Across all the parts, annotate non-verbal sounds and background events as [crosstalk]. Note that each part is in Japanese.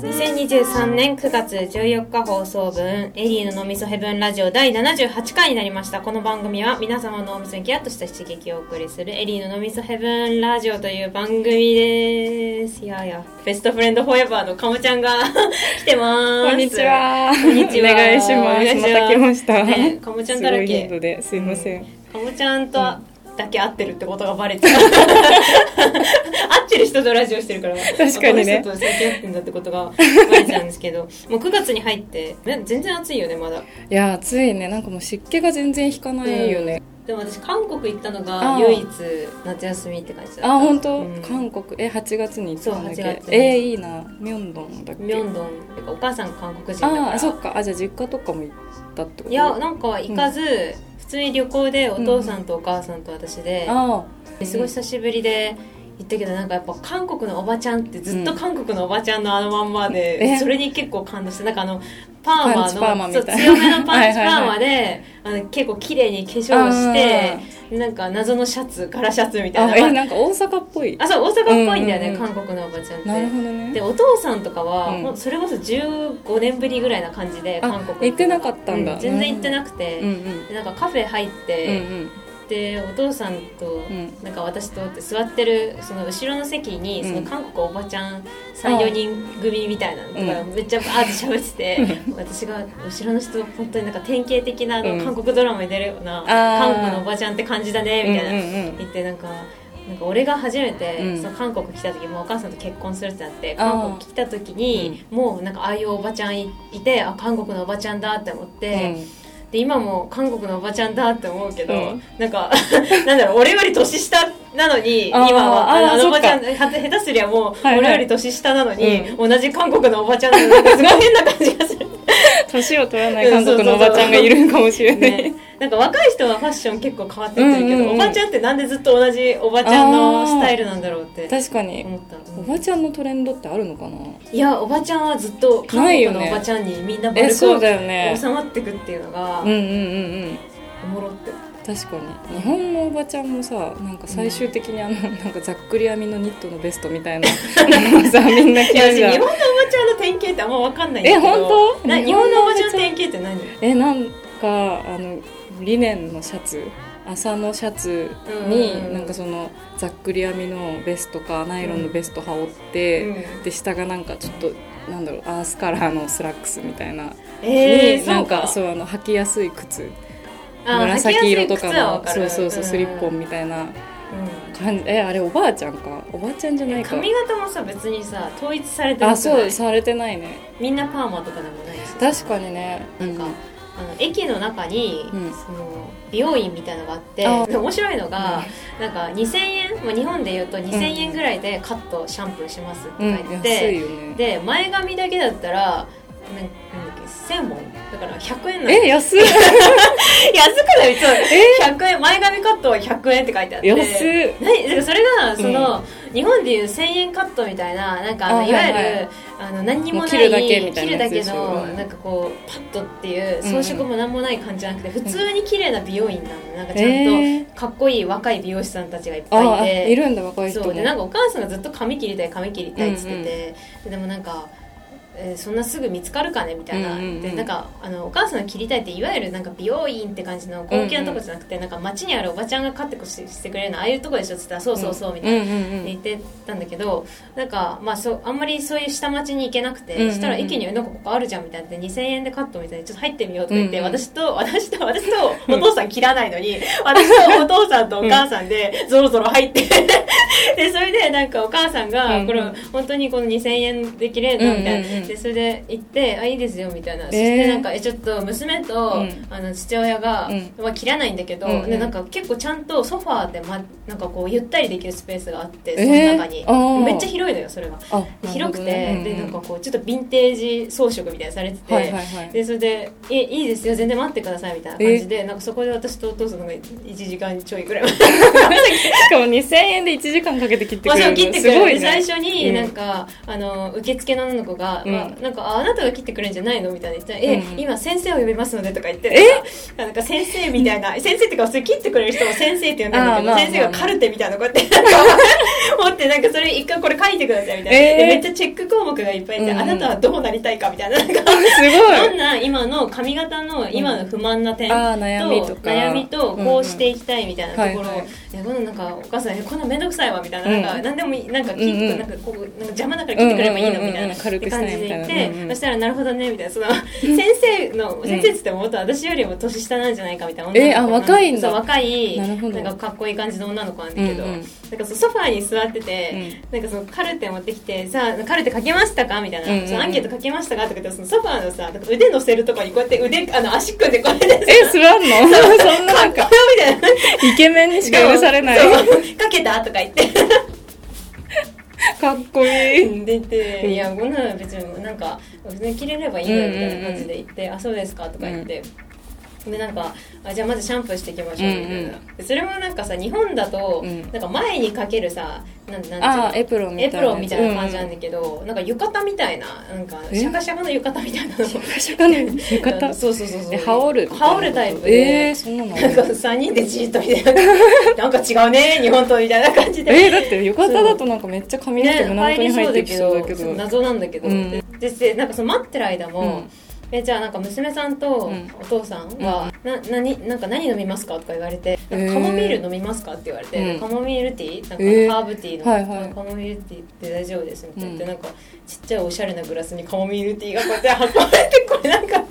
2023年9月14日放送分、エリーの脳みそヘブンラジオ第78回になりました。この番組は皆様の脳みそにキラッとした刺激をお送りするエリーの脳みそヘブンラジオという番組です。いやいや、ベストフレンドフォーエバーのかもちゃんが [laughs] 来てます。こんにち。は。こんにちはお願いしお願いします。ますまた来ました。ねかもちゃんだらけすごい頻度ですいません。かもちゃんとだけ会ってるってことがバレ [laughs] てた。会ってる人とラジオしてるから。確かにねこの人と最近会ってんだってことがバレちゃうんですけ [laughs] ど、もう9月に入って、ね全然暑いよね、まだ。いや、暑いね。なんかもう湿気が全然引かないよね。でも私韓国行ったのあがあ唯一夏休みって感じだったあ、本当、うん韓国。え、8月に行ったんだっけそう8月にえー、いいな。ミョンドンだっけミョンドンってかお母さんが韓国人だからああ、そっか。あ、じゃあ実家とかも行ったってこといやなんか行かず、普通に旅行でお父さんとお母さんと私で、あすごい久しぶりで行ったけどなんかやっぱ韓国のおばちゃんってずっと韓国のおばちゃんのあのまんまで、うんえそれに結構感動してなんかあのパーマパンチパーマのみそたういな強めのパンチ [laughs] パはいはいはいーマであの結構綺麗に化粧をしあてなんか謎のシャツ柄シャツみーたいあ、なえ、なんか大阪っぽい。あそう大阪っぽいんだよね、うんうんうん韓国のおばちゃんってなるほどね。でお父さんとかは、うんもうそれこそ15年ぶりぐらいな感じであ韓国行ってなかったんだう全然行ってなくて、うんうん。でなんかカフェ入っうんうて、ん。でお父さんと、うんなんか私と座ってるその後ろの席にうんその韓国おばちゃん34人組みたいなのとかうめっちゃバーって喋ってて、私が後ろの人本当になんか典型的なあのうん韓国ドラマに出るような、あー韓国のおばちゃんって感じだねみたいな、うんうんうん言ってなんかなんか俺が初めて、うんその韓国来た時もうお母さんと結婚するってなってあー韓国来た時に、もうなんかああいうおばちゃんいいてあ韓国のおばちゃんだって思って、で今も韓国のおばちゃんだって思うけど、うんなんか [laughs] なんだろう俺より年下なのに今あーはあーあのそおっかばちゃんは下手すりゃもう、はいはい俺より年下なのに、う同じ韓国のおばちゃんなのに [laughs] なんかすごい変な感じがする。年を取らない韓国のおばちゃんがいるかもしれない。 [laughs] ね、なんか若い人はファッション結構変わってってるけど、うんうんうんおばちゃんってなんでずっと同じおばちゃんのスタイルなんだろうって [laughs] 確かに。思った、うんおばちゃんのトレンドってあるのかないやおばちゃんはずっと韓ない国よのねおばちゃんにみんな丸えくそう収だよねまってくっていうのがうんうんうんうんおもろって確かに日本のおばちゃんもさなんか最終的にあの、なんかざっくり編みのニットのベストみたいな [laughs] なんかさみんない着やる私日じゃ本のおんばちゃんの典型ってあんま分かんないんだけえど本当な日本のおばちゃんの典型って何えなんかあのリネンのシャツ麻のシャツに、うんなんかそのざっくり編みのベストかナイロンのベスト羽織って、うんで下がなんかちょっとなんだろうアースカラーのスラックスみたいな、えー、になそうんかかそうあの履きやすい靴あ紫色と履きやすい靴はか分のるそうそうそう、んスリッポンみたいなう感じえあれおばあちゃんかおばあちゃんじゃなんいか髪型もさ別にさ統一されてなくないあそうされてないねみんなパーマとかでもないし確かにねなんか、あの駅の中に、うんその美容院みたいのがあってあーで面白いのが、なんか2000円、まあ、日本でいうと2000円ぐらいでカットシャンプーしますってうん、書いて安て、いよねで前髪だけだったらなんなんだっけ1000本だから100円なのえ安い安くないそう100円前髪カットは100円って書いてあって安い何だからそれがその、日本でいう1000円カットみたいななんかあのあいわゆる、はいはいあの何にももないう切るだけみたいなやつ切るでだけしょの、うんなんかこうパッとっていう装飾も何もない感じじゃなくて、ん普通に綺麗な美容院なのなんかちゃんと、えー、かっこいい若い美容師さんたちがいっぱあいいているんだ若い人そもうでなんかお母さんがずっと髪切りたい髪切りたいっつってて、ででもなんか、えーそんなすぐ見つかるかねみたいうな、んうんうんでなんかあのお母さんの切りたいっていわゆるなんか美容院って感じの高級なとこじゃなくて、なんか街にあるおばちゃんがカッてこししてくれるのああいうとこでしょっつったら「そうそうそう」みたいな。うんうんうん言ってたんだけどなんか、まあ、そうあんまりそういう下町に行けなくて、うんうんうんしたら駅に「なんかここあるじゃん」みたいなで2000円でカットみたいでちょっと入ってみようとか言って、うんうん私と私と私とお父さん切らないの [laughs] に私とお父さんとお母さんでぞろぞろ入って [laughs] でそれでなんかお母さんが、うんこれ本当にこの2000円で切れるのみたいな、うんうんうんでそれで行って「あいいですよ」みたいな、ーそしてなんかえちょっと娘と、うんあの父親が、うんまあ、切らないんだけど、うんうんでなんか結構ちゃんとソファーで、ま、なんかこうゆったりできるスペースがあってそのえー中に、あーめっちゃ広いのよそれがあ広くて、でなんかここうちょっとヴィンテージ装飾みたいなされてて、はいはいはいでそれで「えいいですよ全然待ってください」みたいな感じで、なんかそこで私とお父さんが1時間ちょいぐらいしかも2000円で1時間かけて切ってまくあ、れるそうの切っすてくれごる、い最ね初になんか、あの受付の女の子が、うんか、なんかああなたが切ってくるんじゃないのみたいな言ったら「えうん今先生を呼びますので」とか言ってえなんか先生みたいな先生っていうか普通切ってくれる人も先生って呼んでるんだけど、あーまあ先生がカルテみたいなのこ [laughs] うやってなんか持ってなんかそれ一回これ書いてくださいみたいな、えーでめっちゃチェック項目がいっぱいあって、うんあなたはどうなりたいかみたいななんかすどごんいな今の髪型の今の不満な点と、あー悩みとか悩みとこうしていきたいみたいなとうんうころを、んはいはいいやこのなんかお母さんえこんなん面倒くさいわみたいな,、なんうかん何でもいいなんか聞いてうんうんなんかこうなんか邪魔だから聞いてくればいいのみたいうんうんうんうなん軽くっしてた感いじでみたい言なって、うんうんそしたらなるほどねみたいなその先生の先生っつっても元私よりも年下なんじゃないかみたいな女の子えーあ若いんだそう若いなるほどんかかっこいい感じの女の子なんだけど、うんうんなんかそうソファーに座ってて、なんかそのカルテ持ってきてさあカルテ書けましたかみたいな、うんうんうんそのアンケート書けましたかとか言ってそのソファーのさ腕乗せるとこにこうやって腕あの足組んでこうやっ [laughs] てさ [laughs] えそれあんのそんななんかっかこよみたいなイケメンにしか許されないそうかけたとか言ってかっこいい出て「いやこんなの別になんか別に着れればいいのよ」みたいな感じで言って「あそうですか」とか言って。でなんかあじゃあまずシャンプーしていきましょうみたいな、うんでそれもなんかさ日本だと、うんなんか前にかけるさなんなんていうのあーエプロンみたエいなプロンみたいな感じなんだけど、なんか浴衣みたいななんかえシャカシャカの浴衣みたいなのシャカの浴衣そうそうそうそうえ羽織る羽織るタイプで、えー、そんなのなんか3人でじーっとみたいななんか違うね日本とみたいな感じでえー、だって浴衣だとなんかめっちゃ髪の毛胸元に入ってきそうだけそど、う謎なんだけど、うんででなんかその待ってる間も、うんえじゃあなんか娘さんとうんお父さんは「な何なんか何飲みますか?」とか言われて「なんかカモミール飲みますか?」って言われて、うんカモミールティーなんかえーハーブティーの、はいはいカモミールティーって大丈夫ですみたいな、うんでなんかちっちゃいおしゃれなグラスにカモミールティーがこうやって運ばれてこれなんか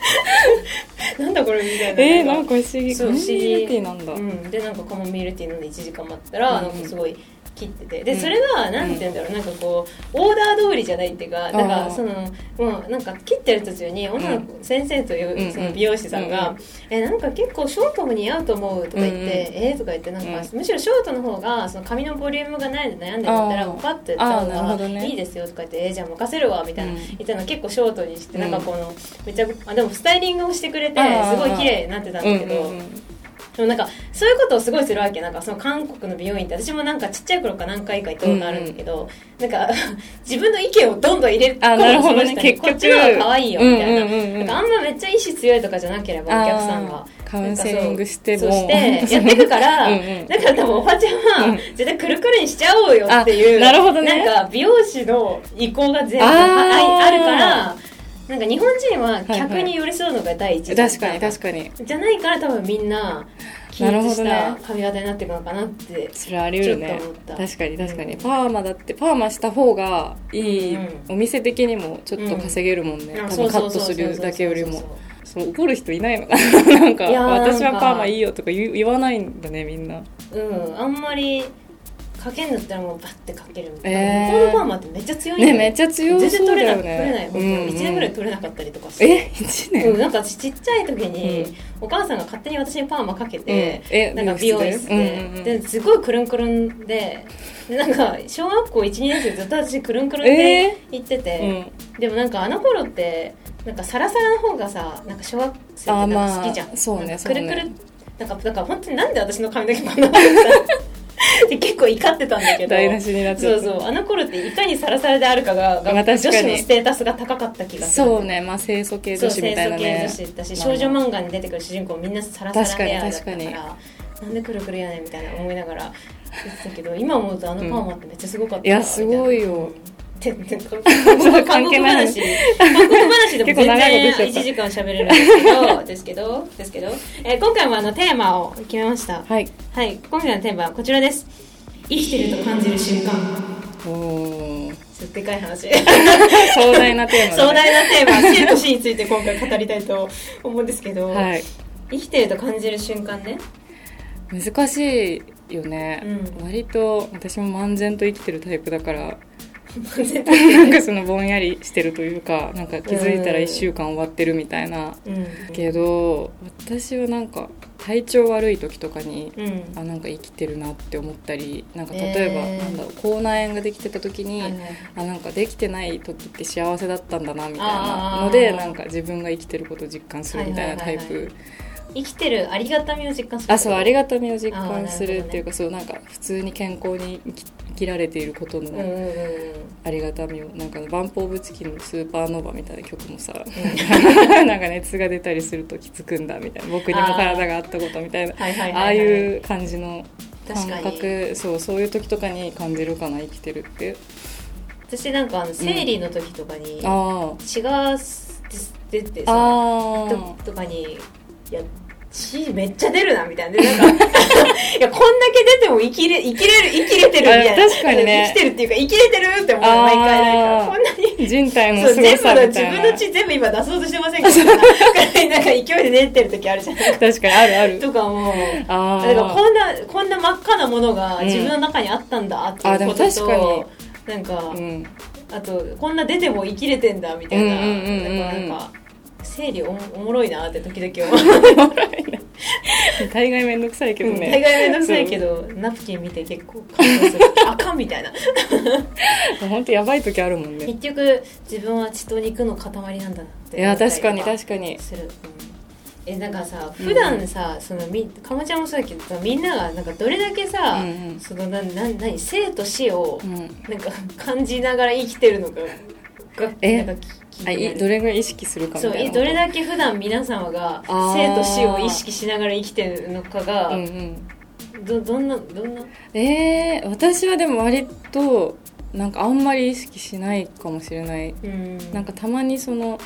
[laughs] なんだこれみたいなえー、なんか不思議そうコン不ビニ思議ルティーなんだ、うん、でなんかカモミールティー飲んで1時間待ったら、うんなんかすごい切っててでうんそれが何て言うんだろう、なんかこうオーダー通りじゃないっていうかだからあーそのもうなんか切ってる途中に女の子、先生といううんうんその美容師さんが「うんえなんか結構ショートも似合うと思う」とか言って「うんうんえーとか言ってなんか、うんむしろショートの方がその髪のボリュームがないで悩んでるんだったらあーパッとやったあーなる方ほがどねいいですよ」とか言って「えーじゃあ任せるわ」みたいな、うん言ったの結構ショートにして、うんなんかこのめっちゃあでもスタイリングをしてくれてあーすごい綺麗になってたんだけど。うんうんうんでもなんかそういうことをすごいするわけなんかその韓国の美容院って私もなんかちっちゃい頃から何回か行ったことあるんだけど、なんか [laughs] 自分の意見をどんどん入れるあなるほどね結こ局っちの方が可愛いよみたいな,、うんうんうんうんなんかあんまめっちゃ意志強いとかじゃなければお客さんがあーカウンセリングしてもそうしてやってくか [laughs] らうんうんだから多分おばちゃんうはん絶対くるくるにしちゃおうよっていうあなるほどねなんか美容師の意向が全然あーああるからなんか日本人は客に寄り添うのが第一、確かに確かにじゃないから多分みんな起なる立ほしどたね髪型になっていくのかなってそれあり得るねちょっと思った確かに確かに、うんパーマだってパーマした方がいい、うんうんお店的にもちょっと稼げるもんね、多分カットするだけよりもそう怒る人いないのなん [laughs] かいやーなんか私はパーマいいよとか言う言わないんだねみんなうんあんまりかけんだったらもうバッてかけるみたいな、えー向こうのパーマってめっちゃ強いんだねよめっちゃ強全然そう取れだよなく取れないね本当に1年ぐらうんういん取れなかったりとかしてえ1年、うん、なんかちっちゃい時に、うんお母さんが勝手に私にパーマかけて、えなんか美容室で,、うんうんうんですごいくるんくるんででなんか小学校12年生ずっと私くるんくるんえで行ってて、うんでもなんかあの頃ってなんかサラサラの方がさなんか小学生あってなんまかあ好きじゃん、そうねなんかそうねくるくるなんかだから本当になんで私の髪の毛こんなのか [laughs] って結構怒ってたんだけど台無しになっちゃそっうたそうあの頃っていかにサラサラであるかが、まあ確か女に子のステータスが高かった気がするそうねまあ清楚系そう女子清楚みたいな系女ね子だしまあ少女漫画に出てくる主人公みんなサラサラヘアだった確かかにらなんでくるくるやねんみたいな思いながら言ってたけど今思うとあのパーマってめっちゃすごかったいやすごいよてて韓国関係ない話 [laughs] 韓国話でも全結構長い然こと出1ち時間喋れるんですけどですけどですけど、えー今回もあのテーマを決めましたはい、はい今回のテーマはこちらです生きてると感じる瞬間おおちょっとでかい話壮大なテーマ壮大だねなテーマ生と死について今回語りたいと思うんですけど、はい生きてると感じる瞬間ね難しいよね、うん割と私も漫然と生きてるタイプだ [laughs] から絶対なんかそのぼんやりしてるというかなんか気づいたら1週間終わってるみたいな、うんけど私はなんか体調悪い時とかに、うんあなんか生きてるなって思ったりなんか例えば、えなーんだろう口内炎ができてた時に、はいはいあなんかできてない時って幸せだったんだなみたいあーなのでなんか自分が生きてることを実感するみたいなタイはいはいプ生きてるありがたみを実感するあそうありがたみを実感するっていうか、そうなんか普通に健康に生き生きられていることうんうんのうんうんありがたみをなんかバンポーブチキンの「スーパーノヴァ」みたいな曲もさなんか熱が出たりするときつくんだみたいな僕にも体があったことみたいなはいはいはいはいああいう感じの確感かに覚そうそういう時とかに感じるかな生きてるって私なんかあの生理の時とかにあ血がす出てあさあととかにいや血めっちゃ出るなみたいなでなんか [laughs] いやこんだけ出ても生きれ生きれる生きれてるみたいなあ確かにね生きてるっていうか生きれてるって思う毎回なんあーかこんなにー人体のそうすご全部さのみ自た分のい血全部今出そうとしてませんかみたいな [laughs] なんか勢いで出てる時あるじゃないな確かにあるあるとかもあだからーこんなこんな真っ赤なものがうん自分の中にあったんだっていあでうこもと確かと、なんか、うんあとこんな出ても生きれてんだみたいな、うんうんうんうんうんだからなんか生理おもおもろいなって時々思う、大概めんどくさいけど [laughs] ね大概めんどくさいけどナプキン見て結構感動するあかんみたいな本当やばい時あるもんね結局自分は血と肉の塊なんだなっていや確かにか確かにする、うんえなんかさ普段さ、そのみかもちゃんもそうだけどさみんながなんかどれだけうさ、んそのなな何生と死をうんうんなんか感じながら生きてるのかがえなんか聞あ聞いていないどれぐらい意識するかみそたういいなどれだけ普段皆様があー生と死を意識しながら生きてるのかが、うんうんどどんなどんなえー、私はでも割となんかあんまり意識しないかもしれないうんなんかたまにその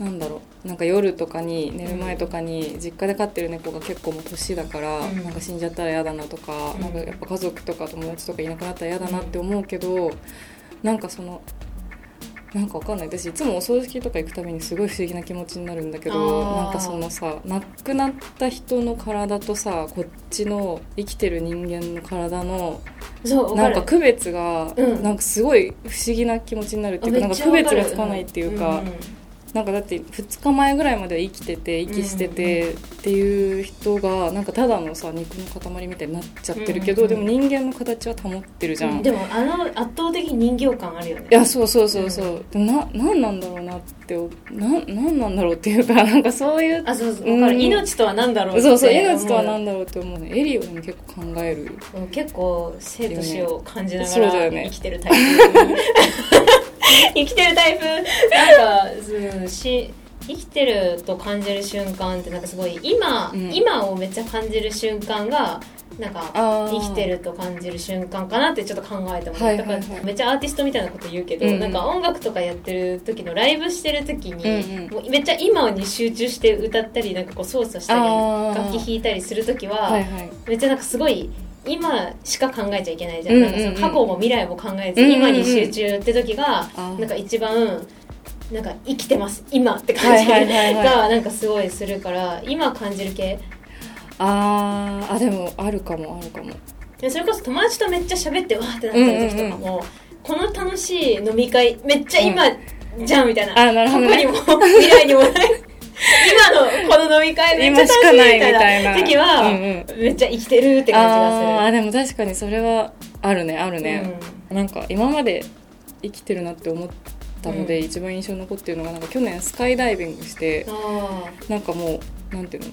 なんだろうなんか夜とかに寝る前とかに実家で飼ってる猫が結構もう年だから、うんなんか死んじゃったら嫌だなとか、うんなんかやっぱ家族とか友達とかいなくなったら嫌だなって思うけど、なんかそのなんかわかんない私いつもお葬式とか行くたびにすごい不思議な気持ちになるんだけどあーなんかそのさ亡くなった人の体とさこっちの生きてる人間の体のそうなん分かか区る別が、うんなんかすごい不思議な気持ちになるっていうかあなんかめっちゃ区わ別るがつかないっていうか、んんなんかだって2日前ぐらいまでは生きてて息しててっていう人がなんかただのさ肉の塊みたいになっちゃってるけど、うんうんうんでも人間の形は保ってるじゃん。でもあの圧倒的人形感あるよねいやそうそうそうそう、でもな何なんだろうなってな何なんだろうっていうかなんかそういうあそうそう分かる、うん命とは何だろうってそうそう命とは何だだろうって思うねエリオン結構考えるろう結構生と死を感じながそうだらよね生きてるタイプ、 [laughs] 生きてるタイプなんかそうし生きてると感じる瞬間ってなんかすごい今、うん今をめっちゃ感じる瞬間がなんかあー生きてると感じる瞬間かなってちょっと考えたもん、はいはいはいだからめっちゃアーティストみたいなこと言うけど、うんうんなんか音楽とかやってる時のライブしてる時に、うんうんもうめっちゃ今に集中して歌ったりなんかこう操作したりあー楽器弾いたりする時は、はいはいめっちゃなんかすごい今しか考えちゃいけないじゃん,、うんうんうんなんかその過去も未来も考えず、うんうんうん今に集中って時があーなんか一番なんか生きてます今って感じが、はいはいはいはいなんかすごいするから今感じる系あーあでもあるかもあるかもでそれこそ友達とめっちゃ喋ってわーってなってる時とかも、この楽しい飲み会めっちゃ今、じゃんみたいなあなるほどね過去にも未来にもない今のこの飲み会めっち今しゃ楽しかいみないみたたいいなな時は、うんうんめっちゃ生きてるって感じあがーでも確かにそれはあるねあるする。ね、うんなんか今まで生きてるなって思ったので、うん一番印象に残ってるのがなんか去年スカイダイビングしてあなんかもうなんていうの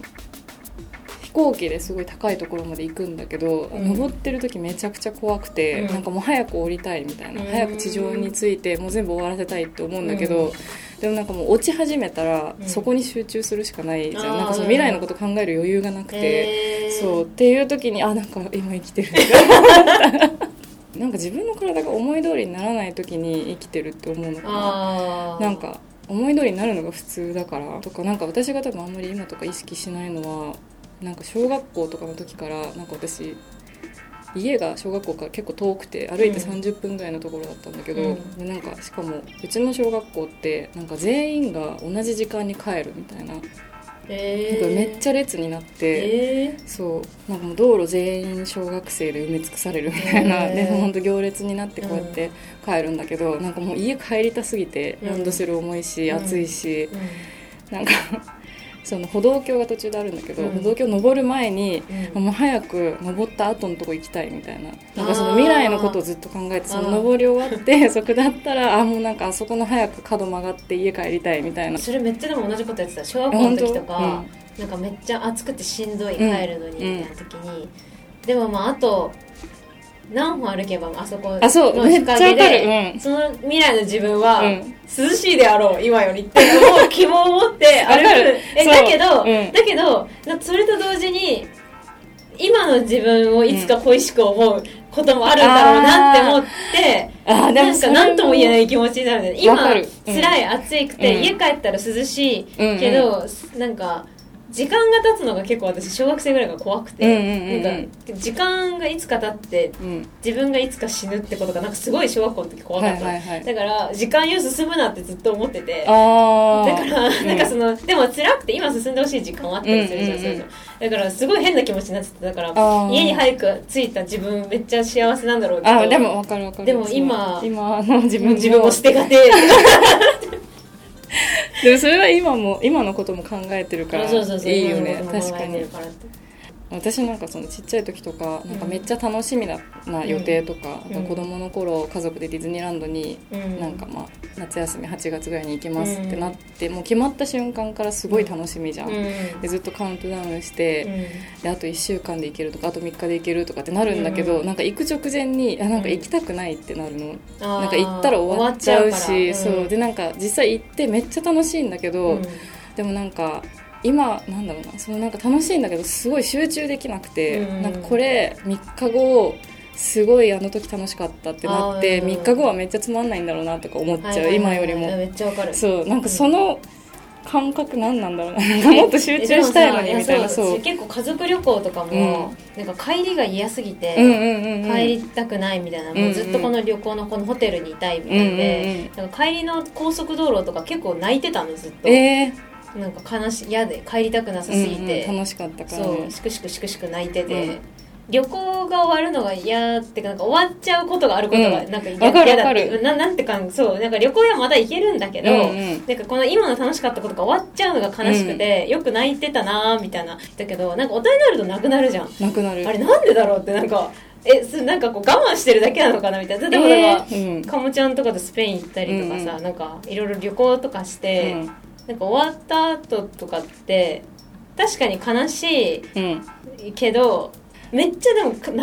飛行機ですごい高いところまで行くんだけど、うん登ってる時めちゃくちゃ怖くて、うんなんかもう早く降りたいみたいな、うん早く地上に着いてもう全部終わらせたいって思うんだけど、うんでもなんかもう落ち始めたら、うんそこに集中するしかないじゃんあーなんかその未来のこと考える余裕がなくーて。へーそうっていう時にあなんか今生きてる [laughs] なんか自分の体が思い通りにならない時に生きてるって思うのかなあーなんか思い通りになるのが普通だからとかなんか私が多分あんまり今とか意識しないのはなんか小学校とかの時からなんか私家が小学校から結構遠くて歩いてうん30分ぐらいのところだったんだけど、うんでなんかしかもうちの小学校ってなんか全員が同じ時間に帰るみたいななんかへーめっちゃ列になって。へそうなんかもう道路全員小学生で埋め尽くされるみたいな、へーでほんと行列になってこうやって帰るんだけど、なんかもう家帰りたすぎて、うんランドセル重いしうん暑いしー、うんなんか [laughs] その歩道橋が途中であるんだけど、うん歩道橋登る前にうんもう早く登った後のとこ行きたいみたいななんかそあのー未来のことをずっと考えてその登り終わって [laughs] そこだったらあもうなんかあそこの早く角曲がって家帰りたいみたいなそれめっちゃでも同じことやってた小学校の時とか、本なんかめっちゃ暑くてしんどうい、ん帰るのにみたいな時に、でもまああと何歩歩けばあそこあそうのめ日陰っちゃわかるで、うんその未来の自分は、うん涼しいであろう今よりって思う希望を持ってわ歩かるくえそうだけど、うんだけどなそれと同時に今の自分をいつか恋しく思うこともあるんだろうなって思って。あーでもなんか何とも言えないい気持ちになるんだよねわか今るうん辛い暑いくて、うん家帰ったら涼しいけど、なんか時間が経つのが結構私小学生ぐらいが怖くて、うんうんうんうんなんか時間がいつか経ってうん自分がいつか死ぬってことがなんかすごい小学校の時怖はかいった、はいはいだから時間よ進むなってずっと思っててあだあから、なんかそののでも辛くて今進んでほしい時間はあったりするじゃうん,、んそううんうんいうのだからすごい変な気持ちになってただからあー家に早く着いた自分めっちゃ幸せなんだろうけどあでもわかるわかるでも今そう今の自分自分を捨てがてえ [laughs] でもそれは今も今のことも考えてるからそうそうそういいよね今の確か子供が生まれてにるらって私なんかそのちっちゃい時とかなんかめっちゃ楽しみなな予定とか、うんあと子供の頃家族でディズニーランドにうんなんかまあ夏休み8月ぐらいに行きますってなって、もう決まった瞬間からすごい楽しみじゃん、うんでずっとカウントダウンして、であと1週間で行けるとかあと3日で行けるとかってなるんだけど、うんなんか行く直前にあなんか行きたくないってなるの、あーなんか行ったら終わっちゃうし終わっちゃうからそうでなんか実際行ってめっちゃ楽しいんだけど、うんでもなんか今なんだろうなそのなんか楽しいんだけどすごい集中できなくて、うんなんかこれ3日後すごいあの時楽しかったってなってあー3日後はめっちゃつまんないんだろうなとか思っちゃう、はいはいはい今よりいやもめっちゃわかるそうなんかその感覚何なんだろうななんかもっと集中したいのにみたいなそうそう結構家族旅行とかも、なんか帰りが嫌すぎうんうて、んうんうん帰りたくないみたいな、もうずっとこの旅行のこのホテルにいたいみたいうんうんでう、なんか帰りの高速道路とか結構泣いてたのずっと、えなんか悲しい嫌で帰りたくなさーすぎて、うんうん、楽しかったからそねうしくしくしくしく泣いてて、うん旅行が終わるのが嫌ってかなんか終わっちゃうことがあることがうんなんか嫌,、わかるだってわかななんてかんそうなんか旅行はまだ行けるんだけど、うんうんなんかこの今の楽しかったことが終わっちゃうのが悲しくて、よく泣いてたなーみたいなだけどなんか大人になるとなくなるじゃんなくなるあれなんでだろうってなんかえそれなんかこう我慢してるだけなのかなみたいな例えば、えーうんかもちゃんとかとスペイン行ったりとかさ、うんなんかいろいろ旅行とかして、うんなんか終わった後とかって確かに悲しうんいけどめっちゃでも泣くほ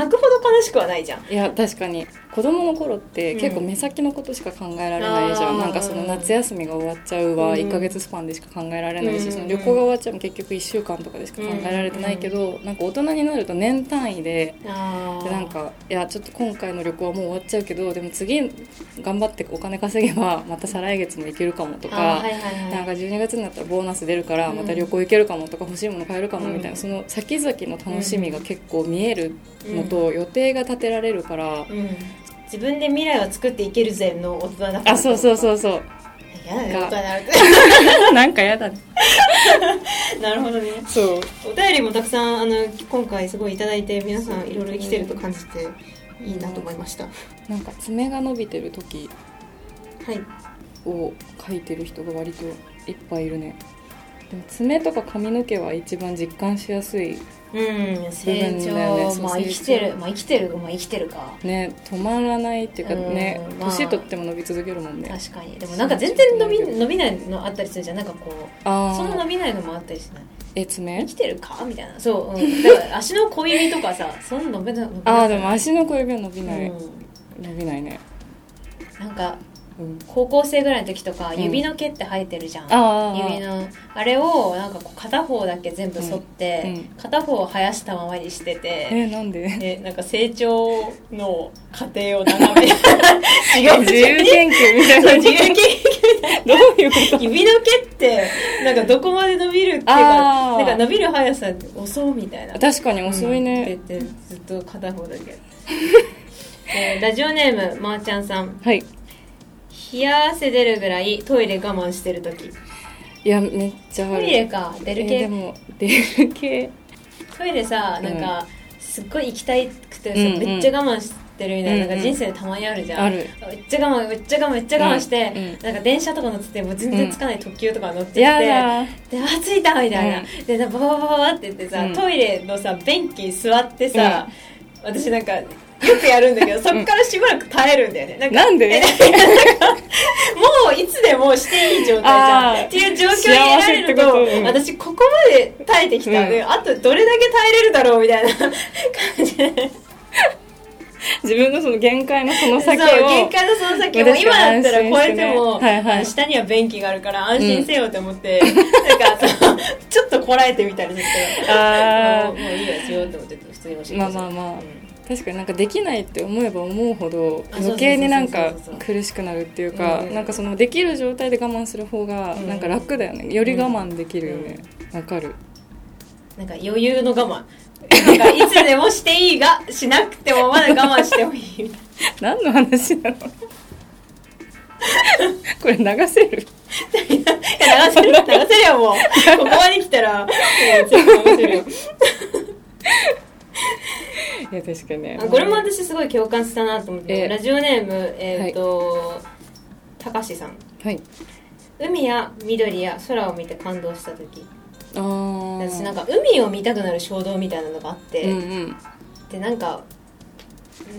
ど悲しくはないじゃんいや確かに子供の頃って結構うん目先のことしか考えられないじゃん、あーなんかその夏休みが終わっちゃううはん1ヶ月スパンでしか考えられないし、うんその旅行が終わっちゃうも結局1週間とかでしか考えられてないけど、なんか大人になると年単位で。あでなんかいやちょっと今回の旅行はもう終わっちゃうけどでも次頑張ってお金稼げばまた再来月も行けるかもととか、はいはいはい、なんか12月になったらボーナス出るからうんまた旅行行けるかもとか欲しいもの買えるかもみたいな、うんその先々の楽しみが結構見えるのと予定が立てられるから、うん、自分で未来を作っていけるぜの大人だからあそうそううそうそう [laughs] やだねなんか大人になるなんかやだねと [laughs] なるほどねそうお便りもたくさんあの今回すごいいただいて皆さんいろいろ生きてると感じていいなと思いました、なんか爪が伸びてる時はいを描いてる人が割といっぱいいるねでも爪とか髪の毛は一番実感しやすいうん成長、部分だよねそうまあ成長生きてるまあ生きてるまあ生きてるかね止まらないっていうかねうんまあ年取っても伸び続けるもんね確かにでもなんか全然伸びそう伸びないのあったりするじゃんなんかこうあそんなあ伸びないのもあったりしないえ生爪きてるかみたいなそう、うん、だから足の小指とかさそんな伸びな伸びあなあいでも足の小指は伸びうない、ん伸びないね、なんかうん、高校生ぐらいの時とかうん指の毛って生えてるじゃん、あ指あのあれをなんかこう片方だけ全部剃って、うんうん片方を生やしたままにしてて、えなんででなんか成長の過程を [laughs] 眺め違う自由研究みたいなそう自由研究どういうこと指の毛ってなんかどこまで伸びるっていうかあーなんか伸びる速さ遅うみたいな確かに遅いね、うん、ででずっと片方だけ、えーラジオネームまー、ちゃんさんはい冷や汗出るぐらいトイレ我慢してる時いやめっちゃあトるイレか出るえー系でも出る系トイレさなんか、すっごい行きたいくてさ、うんうんめっちゃ我慢してるみたいな,、うんうんなんか人生でたまにあるじゃんあるめっちゃ我慢めっちゃ我慢めっちゃ我慢して、うんうんなんか電車とか乗っててもう全然つかない特急とか乗ってて、やだで、あ、着いたみたいな。うで、ババババババって言ってさ、うんトイレのさ、便器座ってさ、私なんか、よくやるんだけどそっからしばらく耐えるんだよねなんかなんでもういつでもしていい状態じあゃんーっていう状況に得られ幸せるとってことうん私ここまで耐えてきたので、うあとどれだけ耐えれるだろう [laughs] みたいな感じで [laughs] 自分のその限界のそのそう先を限界のその先を今だったら超え安心しても、てねはいはいあの下には便器があるから安心せよって思って、なんかその [laughs] ちょっとこらえてみたりするからもあうもういいやしようって思って普通におしっーこますあるまあまあう確かになんかできないって思えば思うほどあ余計になんそうかそうそうそうそう苦しくなるっていうか、うんなんかそのできる状態で我慢する方がうんなんか楽だよねより我慢できるよねわ、かるんなんか余裕の我慢なんかいつでもしていいがしなくてもまだ我慢してもいいみたい何の話なの [laughs] これ流せるないや流せる流せるよもうここまで来た [laughs] らもう全部流せるよいや確かにねあこれも私すごい共感したなと思って、ええラジオネームえっ、と、たかしさんはい海や緑や空を見て感動した時あー私なんか海を見たくなる衝動みたいなのがあって、うんうんでなんか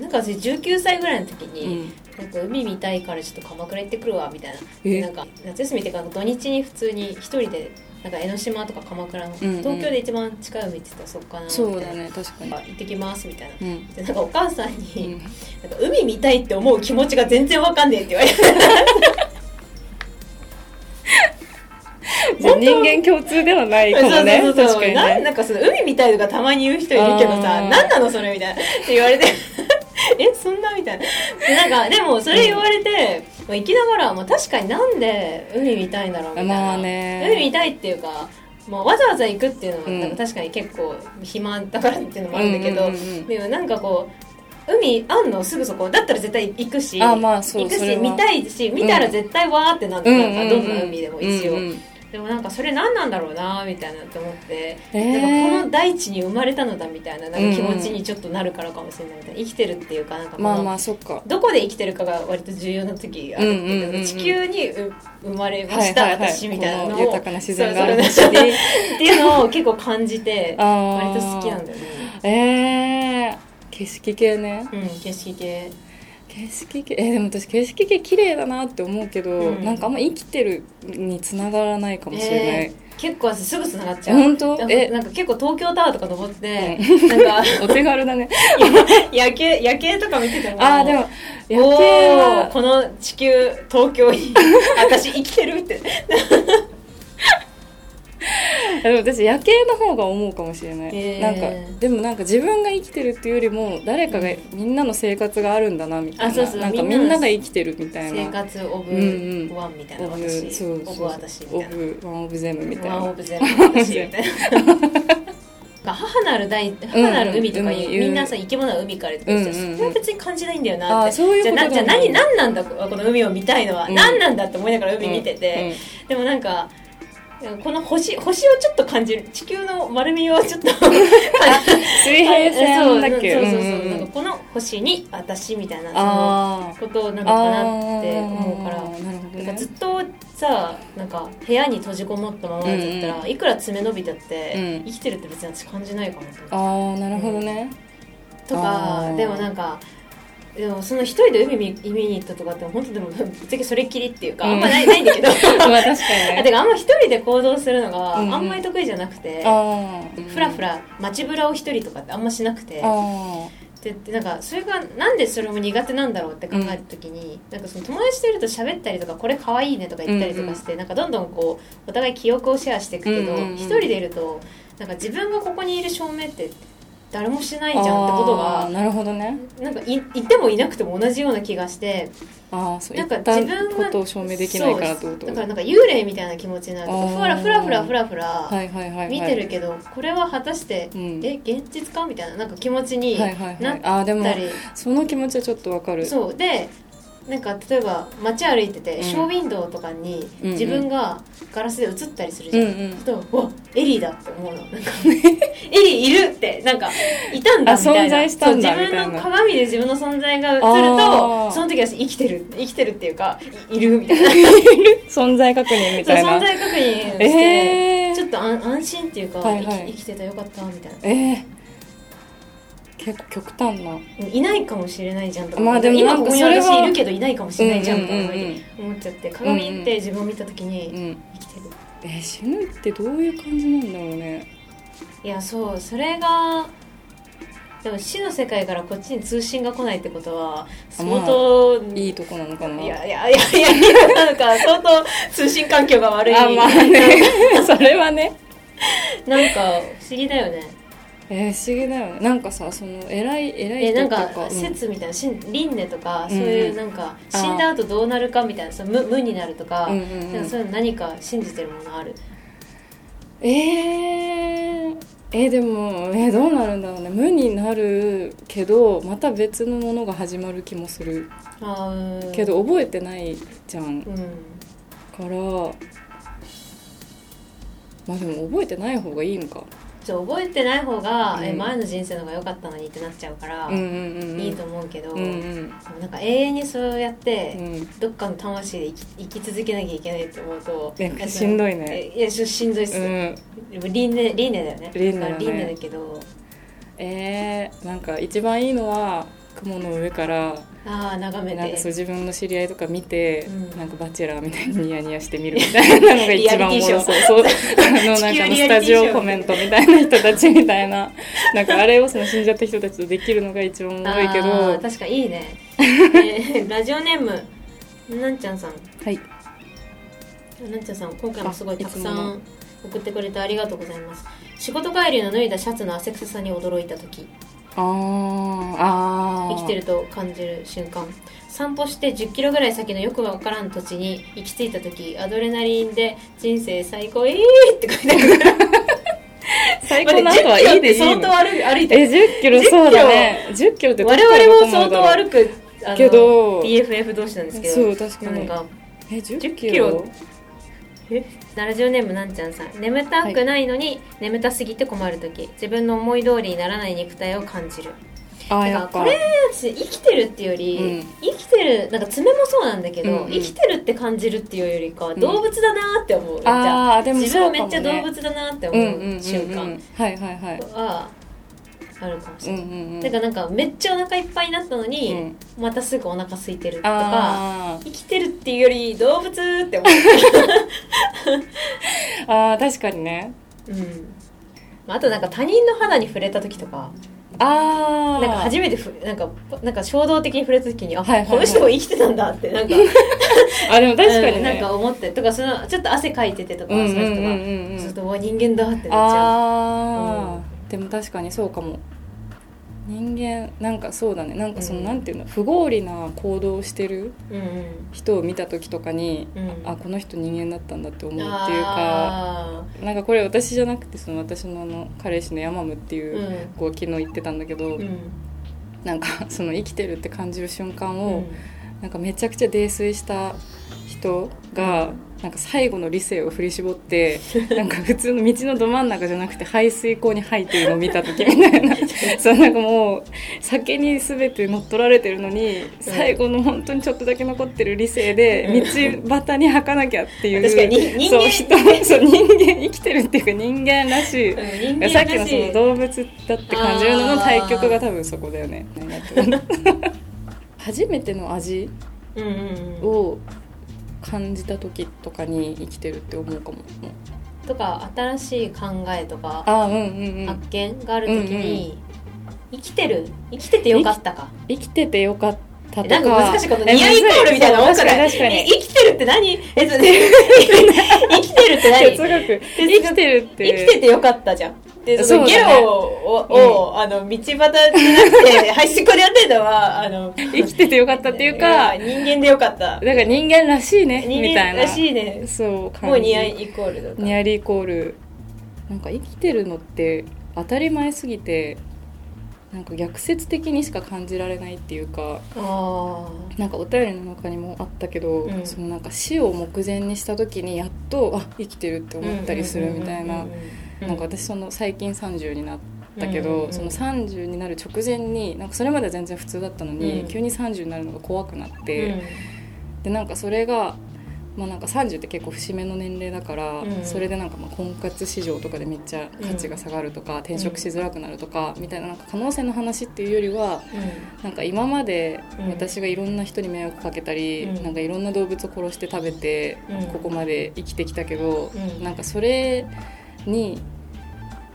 なんか私19歳ぐらいの時うに、んなんか海見たいからちょっと鎌倉行ってくるわみたいなでえなんか夏休みっていうか土日に普通に一人でなんか江ノ島とか鎌倉の、うんうん東京で一番近い海って言ったらそっかなみたいなそうだね確かになんか行ってきますみたいなうんでなんかお母さんに、うんなんか海見たいって思う気持ちが全然わかんねえって言われて [laughs] じゃあ人間共通ではないかもねそうそう確そうかになんねなんかその海みたいとかたまに言う人いるけどあさー何なのそれみたいなって言われて [laughs] えそんなみたいなでなんかでもそれ言われて、まあ、生きながら、まあ、確かになんで海見たいんだろうみたいな、まあね海見たいっていうかまあ、わざわざ行くっていうのはうんなんか確かに結構暇だからっていうのもあるんだけど、うんうんうんうんでもなんかこう海あんのすぐそこだったら絶対行くしあまあそう行くそれしは見たいし見たら絶対わーってなるうんうなんんかうんどんな海でも一応、うんうんでもなんかそれ何なんだろうなみたいなと思って、えーなんかこの大地に生まれたのだみたいななんか気持ちうんうにちょっとなるからかもしれないみたいな生きてるっていうかなんかこのまあまあそっかどこで生きてるかが割と重要な時があるんだうけど、んうんうんうん地球にう生まれました、はいはいはい私みたいなのこをの豊かな自然があるそ場うそう所そうにっていうのを結構感じてあー割と好きなんだ [laughs] よねえー、景色系ねうん景色系景色系えーでも私景色系綺麗だなって思うけど、うんなんかあんま生きてるにつながらないかもしれない、結構すぐつながっちゃう本当なんかえなんか結構東京タワーとか登って、なんか [laughs] お手軽だね夜景夜景とか見ててもあーでも夜景おーはこの地球東京に [laughs] 私生きてるってあでも私夜景の方が思うかもしれない、へーなんかでもなんか自分が生きてるっていうよりも誰かが、みんなの生活があるんだなみたいなあそうそうなんかみみんなのんなが生きてるみたい生な活オブうんうんワンみたいなオブそう私そうオブそう私みたいオブワンオブゼムみたいなワンオなブゼロ私みたい [laughs] [laughs] な母なる大母なる海とかいう、うんうんみんなさ生き物は海から出てくるじゃんうんうんうんそれは別に感じないんだよなっあてーそういうじゃこあとなだじゃあ何何なんだこの海を見たいのは、うん何なんだって思いながら海見てて、うんうんでもなんかこの星星をちょっと感じる地球の丸み [laughs] をちょっと感じ水平線だっけ [laughs] そうそうそうそう、んんなんんかこの星に私みたいなそあのことなあのかなって思うからあ。ーなるほどなんかねずっとさなんか部屋に閉じこもったままだったら、うんういくら爪伸びたって、うん生きてるって別に私感じないかもと思ってああなるほどね、とかあーでもなんかでもその一人で海見見に行ったとかって本当でもぶっちゃけそれっきりっていうか、うんあんまないないんだ [laughs] けどまあ確かにあねてかあんま一人で行動するのがあうんうんんまり得意じゃなくて、ああふらふら街ぶらを一人とかってあんましなくて。あででなんかそれがなんでそれも苦手なんだろうって考えるときに、なんかその友達といると喋ったりとかこれ可愛いねとか言ったりとかして、なんかどんどんこうお互い記憶をシェアしていくけどうんう一、んうん人でいるとなんか自分がここにいる証明って誰もしないあじゃんってことあーがなるほどねなんかいいてもいなくても同じような気がしてああそういなんかった自分はことを証明できないからってそこうとだからなんか幽霊みたいな気持ちになるとあーふらふらふらふらふはらいはいはい、はい、見てるけど、これは果たして、うんえ現実かみたいななんか気持ちになはっいはいたはいり。あーでもその気持ちはちょっとわかるそうでなんか例えば街歩いてて、うんショーウィンドウとかにうんうん自分がガラスで映ったりするじうゃんん、うふんとうわエリーだって思うのな [laughs] んかエリーいるってなんかいたんだあみたいな存在したんだそう自みたい分なの鏡で自分の存在が映るあとーその時私生きてる生きてるっていうかいいるみた [laughs] いな存在確認みそうたい存な在確認して、えー、ちょっと安安心っていうか、はいはい生き生きてたよかったみたいなえー結構極端な、いないかもしれないじゃんとか、まあでも今なんこかこにそれは私いるけどいないかもしれないじゃんとかうんうんうん思って思っちゃって鏡行って自分を見た時うにん、生きてるえー死ぬってどういう感じなんだろうねいやそうそれがでも死の世界からこっちに通信が来ないってことは相当、いいとこなのかないやいやいやいやいやなんか相当通信環境が悪いあまあね [laughs] それはねなんか不思議だよねえー不思議だよねなんかさその偉い偉いえ人なんとかうかん説みたいなしん輪廻とかそううんいううんなんかあー死んだ後どうなるかみたいなその無無になるとか,、うんうんうんそういうの何か信じてるものあるえー、えーでも、えーどうなるんだろうね無になるけどまた別のものが始まる気もするあーうんけど覚えてないじゃんうんからまあでも覚えてない方がいいのかじゃあ覚えてない方が、えうん前の人生の方が良かったのにってなっちゃうから、うんうんうんうんいいと思うけど、うんうんなんか永遠にそうやって、うんどっかの魂で生き生き続けなきゃいけないって思うとねなんかしんどいねえいやししんどいっす、うんでも輪廻輪廻だよね輪廻だねあ輪廻だけどえー、なんか一番いいのは雲の上からああ眺めなんかそうて自分の知り合いとか見て、うんなんかバチェラーみたいにニヤニヤしてみるみたいなのが一番おもろそうそうあのなん地球かのリアリティシスョータジオコメントみたいな人たちみたいななんかあれをその死んじゃった人たちとできるのが一番おもろいけどあー確かにいい [laughs] ね、えーラジオネームなんちゃんさんはいなんちゃんさん今回もすごいあたくさいつもん送ってくれてありがとうございます仕事帰りの脱いだシャツの汗臭さに驚いた時あーあー生きてると感じる瞬間散歩して1 0キロぐらい先のよくわからん土地に行き着いた時アドレナリンで「人生最高えー!」って書いて [laughs] ある最高な後はいいでいい相の当歩い歩いてえ10キロそうだね10キロってどっか [laughs] 我ら々もどこま相でだろ当う歩くあ [laughs] のけど BFF 同士なんですけどそう確かなにんかえ10 10キキロロえラジオネームなんちゃんさん眠たくないのに眠たすぎて困るとき自分の思い通りにならない肉体を感じるあーだかやらっこぱれ私生きてるっていうより、うん生きてるなんか爪もそうなんだけど、うんうん生きてるって感じるっていうよりかはん動物だなーって思う、めっちゃあーでも自そうか分も、ね、めっちゃ動物だなーってうんうん思う瞬うんう間んはいはいはいはあるかもしうれんない、うんうんだからなんかめっちゃお腹いっぱいになったのに、うんまたすぐお腹空いてるとかあー生きてるっていうより動物って思うあー確かにねうん、あとなんか他人の肌に触れた時とかあなんあか初めてふなんかなんか衝動的に触れた時にあ、はいはいはいこの人も生きてたんだってなんかあでも [laughs] 確かにね、うんなんか思ってとかそのちょっと汗かいててとかそういう人が、うんうんうんうんそうするとうわ人間だってなっちゃうあーでも確かにそうかも人間なんかそうだねなんかその、うんなんていうの不合理な行動をしてるうんうん人を見た時とかに、うんあこの人人間だったんだって思うっていうかあなんかこれ私じゃなくてその私のあの彼氏のヤマムっていううん子が昨日言ってたんだけど、ーうんなんかその生きてるって感じる瞬間うを、んなんかめちゃくちゃ泥酔した人が、なんか最後の理性を振り絞って [laughs] なんか普通の道のど真ん中じゃなくて排水溝に入ってるのを見た時みたいな [laughs] そうなんかもう酒に全て乗っ取られてるのに最後の本当にちょっとだけ残ってる理性でうん道端に吐かなきゃっていう確かに人そう間人そう人間生きてるっていうか人間らしい。うん人さっ間きらのしそいの動物だって感じるのの対局が多分そこだよね。 [laughs] 初めての味うんうんうんを感じた時とかに生きてるって思うかも。とか新しい考えとかああうんうんうん発。見がある時に、生きてる生きててよかったか生きててよかったとなか。んか難しいことえニアイコールみたいなもんじゃないそう確かにえ確かに。生きてるって何 [laughs] えっとね生きてるって何哲学生哲学きてるって。生きててよかったじゃん。で、そのそうゲだロねを、をあの、道端じゃなく [laughs] て、排水溝でやってるのは、あの、生きててよかったっていうか、人間でよかった。なんか人間らしいね人みた間いらな。しいね。そう感じ。もう似合いイコールだった。ニアリイコールなんか生きてるのって当たり前すぎてなんか逆説的にしか感じられないっていうかあなんかお便りの中にもあったけど、うんそのなんか死を目前にした時にやっとあ生きてるってあ。思ったりするみたいなうんうんうんうん。なんか私その最近30になったけど、うんうんうんその30になる直前になんかそれまでは全然普通だったのに、うん急に30になるのが怖くなっうて、ん、でなんかそれがまあ、なんか30って結構節目の年齢だから、うんそれでなんかまあ婚活市場とかでめっちゃ価値が下がるとか、転職しづらくなるとか、みたいななんか可能性の話っていうよりはなんか今までうん私がいろんな人に迷惑かけたり、うんなんかいろんな動物を殺して食べて、うんここまで生きてきたけど、うんなんかそれに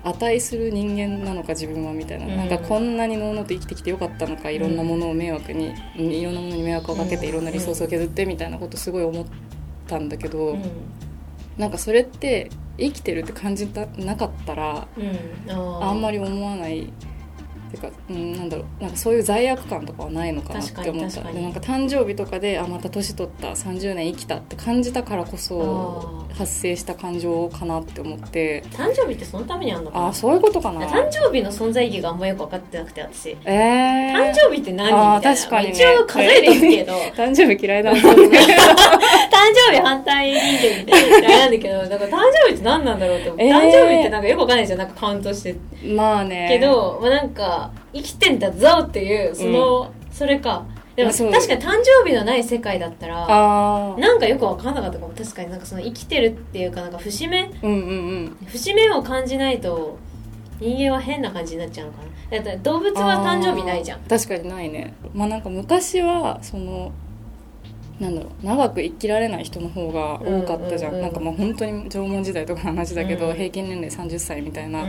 値する人間なのか自分はみたいな,、うんなんかこんなにのうのうと生きてきてよかったのかいろんなものを迷惑に、うんいろんなものに迷惑をかけて、うんいろんなリソースを削ってみたいなことすごい思ったんだけど、うんなんかそれって生きてるって感じたなかったらうんあんまりり思わないてか、うん、なんだろうなんかそういう罪悪感とかはないのかなっ確かにて思った確かにでなんか誕生日とかであまた年取った30年生きたって感じたからこそあ発生した感情かなって思って誕生日ってそのためにあんのかあなあそういうことかな誕生日の存在意義があんまよく分かってなくて私えー、誕生日って何みあーたいな確かにねまあ一応数えるんです [laughs] けど誕誕生日嫌いだなって [laughs] 生日反対人間みたいなあれなんだけどだから誕生日って何なんだろうと思って、えー誕生日ってなんかよくわかんないじゃんなんかカウントしててまあねけど、まあ、なんか生きてんだぞっていうその、それかでもまあそ確うかに誕生日のない世界だったらああなんかよく分かんなかったかも確かになんかその生きてるっていうかなんか節目うんうん節目を感じないと人間は変な感じになっちゃうのかなだって動物うんは誕生日ないじゃんあー確かにないねまあなんか昔はそのなんだろう長く生きられない人の方が多かったじゃん,、うんうんうなんんかまあ本当に縄文時代とかの話だけど、うん平均年齢30歳みたいな、う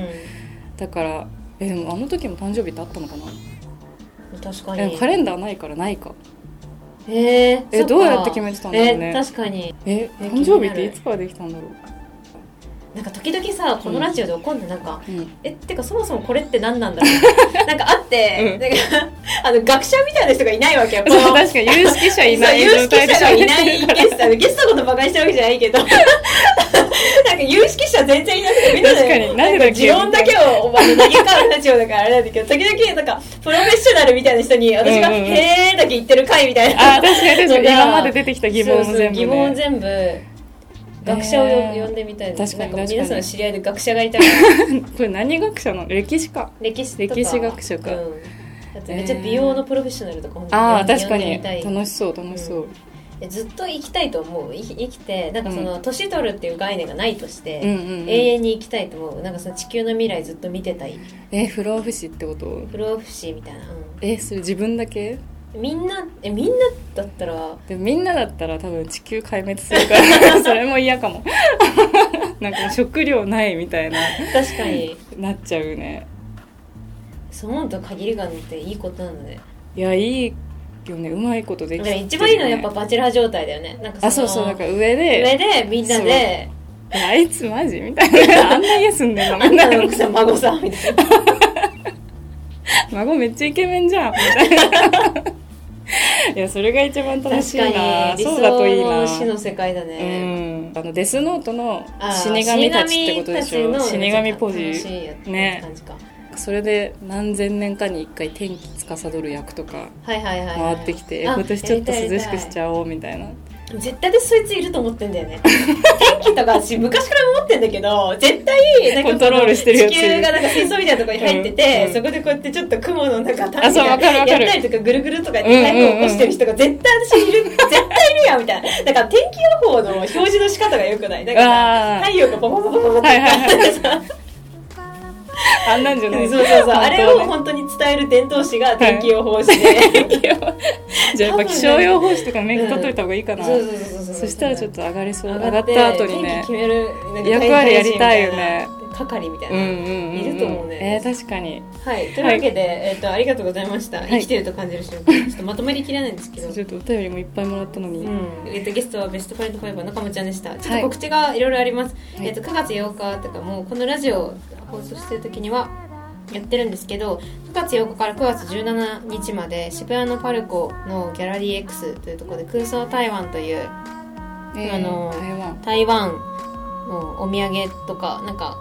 だからえでもあの時も誕生日ってあったのかな、ん確かえにカレンダーないからないかえー、えそっかどうやって決めてたんだろうねえー確かにええ誕生日っ気にてないるつからできたんだろなんか時々さこのラジオで怒んでなんか、う、うん、えってかそもそもこれって何なんだろ [laughs] うなんかあって、うんなんかあの学者みたいな人がいないわけよこのそう確かに有識者いないそう有識者がいない状態で喋ってるゲストあのゲストのこと馬鹿にしてるわけじゃな [laughs] いけどなんか有識者全然いなくてみんなで確かになんでだっけ持論だけをお前の投げ交うラジオだからあれなんだけど時々なんかプロフェッショナルみたいな人に私が「うんうんうんへー」だけ言ってる回みたいなあー確かに確かにそうだ今まで出てきた疑問も全部、ね、そうそう疑問を全部学者をよ、ねえ呼んでみたいです確かなんに確かにか皆さんの知り合いで学者が [laughs] いたらこれ何学者なの歴史か歴史とか歴史学者かうんあとめっちゃ美容のプロフェッショナルとかもああ呼んで確か呼んでにみたい楽しそう楽しそう、えずっと生きたいと思うい生きてなんかその、う年取るっていう概念がないとしうんて、うんうん、永遠に生きたいと思うなんかその地球の未来ずっと見てたいえ不老不死ってこと不老不死みたいな、えそれ自分だけうん、みんなえみんなだったらでもみんなだったら多分地球壊滅するから [laughs] それも嫌かも [laughs] なんかもう食料ないみたいな確 [laughs] かになっちゃうねそう思うと限りがあるのっていいことなのねいやいいよねうまいことできだてからる一番いいのはやっぱねバチェラー状態だよねなんかそのあそうそうだから上上ででみんないでやあいつマジみたいなあんな家住んでんの [laughs] あみんたたいなの奥さん孫さんみたいな孫めっちゃイケメンじゃんみたいな [laughs] いやそれが一番楽し確いなかに理そうだといい想なの死の世界だね、うん、あのデスノートのあー死神たちってことでしょたちの死神ポ楽ジしいやつね感じかそれで何千年かに一回天気司る役とかはいはいはいはい、回ってきて、あ今年ちょっとやりたい涼しくしちゃおうみたいな絶対でそいついると思ってんだよね天気とか私昔から思ってんだけど絶対なんかコントロールしてるやつ地球がなんか水槽みたいなところに入ってて、うんうんそこでこうやってちょっと雲の中単あそうわかるわかやっるたりとかぐるぐるとかやってタイムを起こしてる人が絶対私いる、絶対いるやんみたいなだから天気予報の表示の仕方がよくないだかあらー太陽がパパパパパパって、はいはいはいあんなんじゃないそうそうそう、あれを本本当に伝える伝統師が天気予報士で、当はねじゃあやっぱ気象予報士とか免許取っといた方がいいかな、そうそうそうそうそしたらちょっと上がれそう上上ががっってた後にね天気決めるなんか役割やりたいよね係みたいうんな、うんうん、ん、いると思うねえー確かにはいというわけで、えっとありがとうございました、い生きてると感じる瞬 [laughs] 間ちょっとまとまりきらないんですけどちょっとお便りもいっぱいもらったのに、うんえっとゲストはベストファインドファイバーのかもちゃんでしたちょっと告知がいろいろあります、はいえっと9月8日とかもうこのラジオ放送してる時にはやってるんですけど9月8日から9月17日まで渋谷のパルコのギャラリー X というところで空想台湾というえーあのー台湾台湾のお土産とかなんか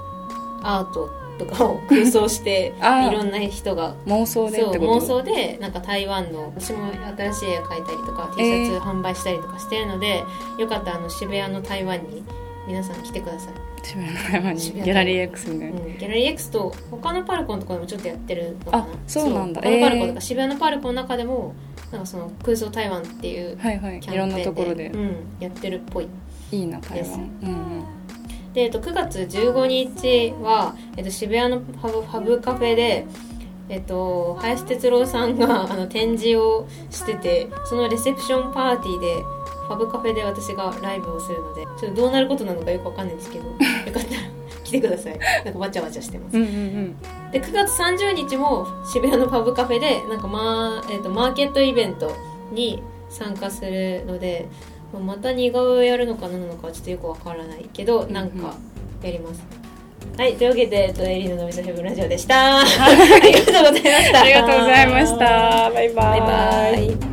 アートとかを空想して [laughs] あーいろんな人が妄想でそっうてこと妄想でなんか台湾の私も新しい絵を描いたりとか T シえーャツ販売したりとかしてるので、よかったらあの渋谷の台湾に皆さん来てください、渋谷の台湾にギ渋谷のャラリー X ね、うん、ギャラリー X と他のパルコのところでもちょっとやってるのかなあそうなんだそう他のパルコとえか、ー渋谷のパルコの中でもなんかその空想台湾っていうはいはいキャンペーンでいろんなところで、うん、やってるっぽいいいな台です湾、うんで、えっと、9月15日は、えっと、渋谷のハブハブカフェで、えっと、林哲郎さんが [laughs] あの展示をしててそのレセプションパーティーでハブカフェで私がライブをするのでちょっとどうなることなのかよくわかんないんですけどよかったら来てくださいなんかわちゃわちゃしてますうんうんうんで9月30日も渋谷のパブカフェでなんか、まあえっとマーケットイベントに参加するのでまあまた似顔絵をやるのか何なのかはちょっとよくわからないけどなんかやります、はいというわけで、えっと、エリーの飲みそヘブンラ [laughs] ジオでしたありがとうございましたありがとうございましたバイババイイバイ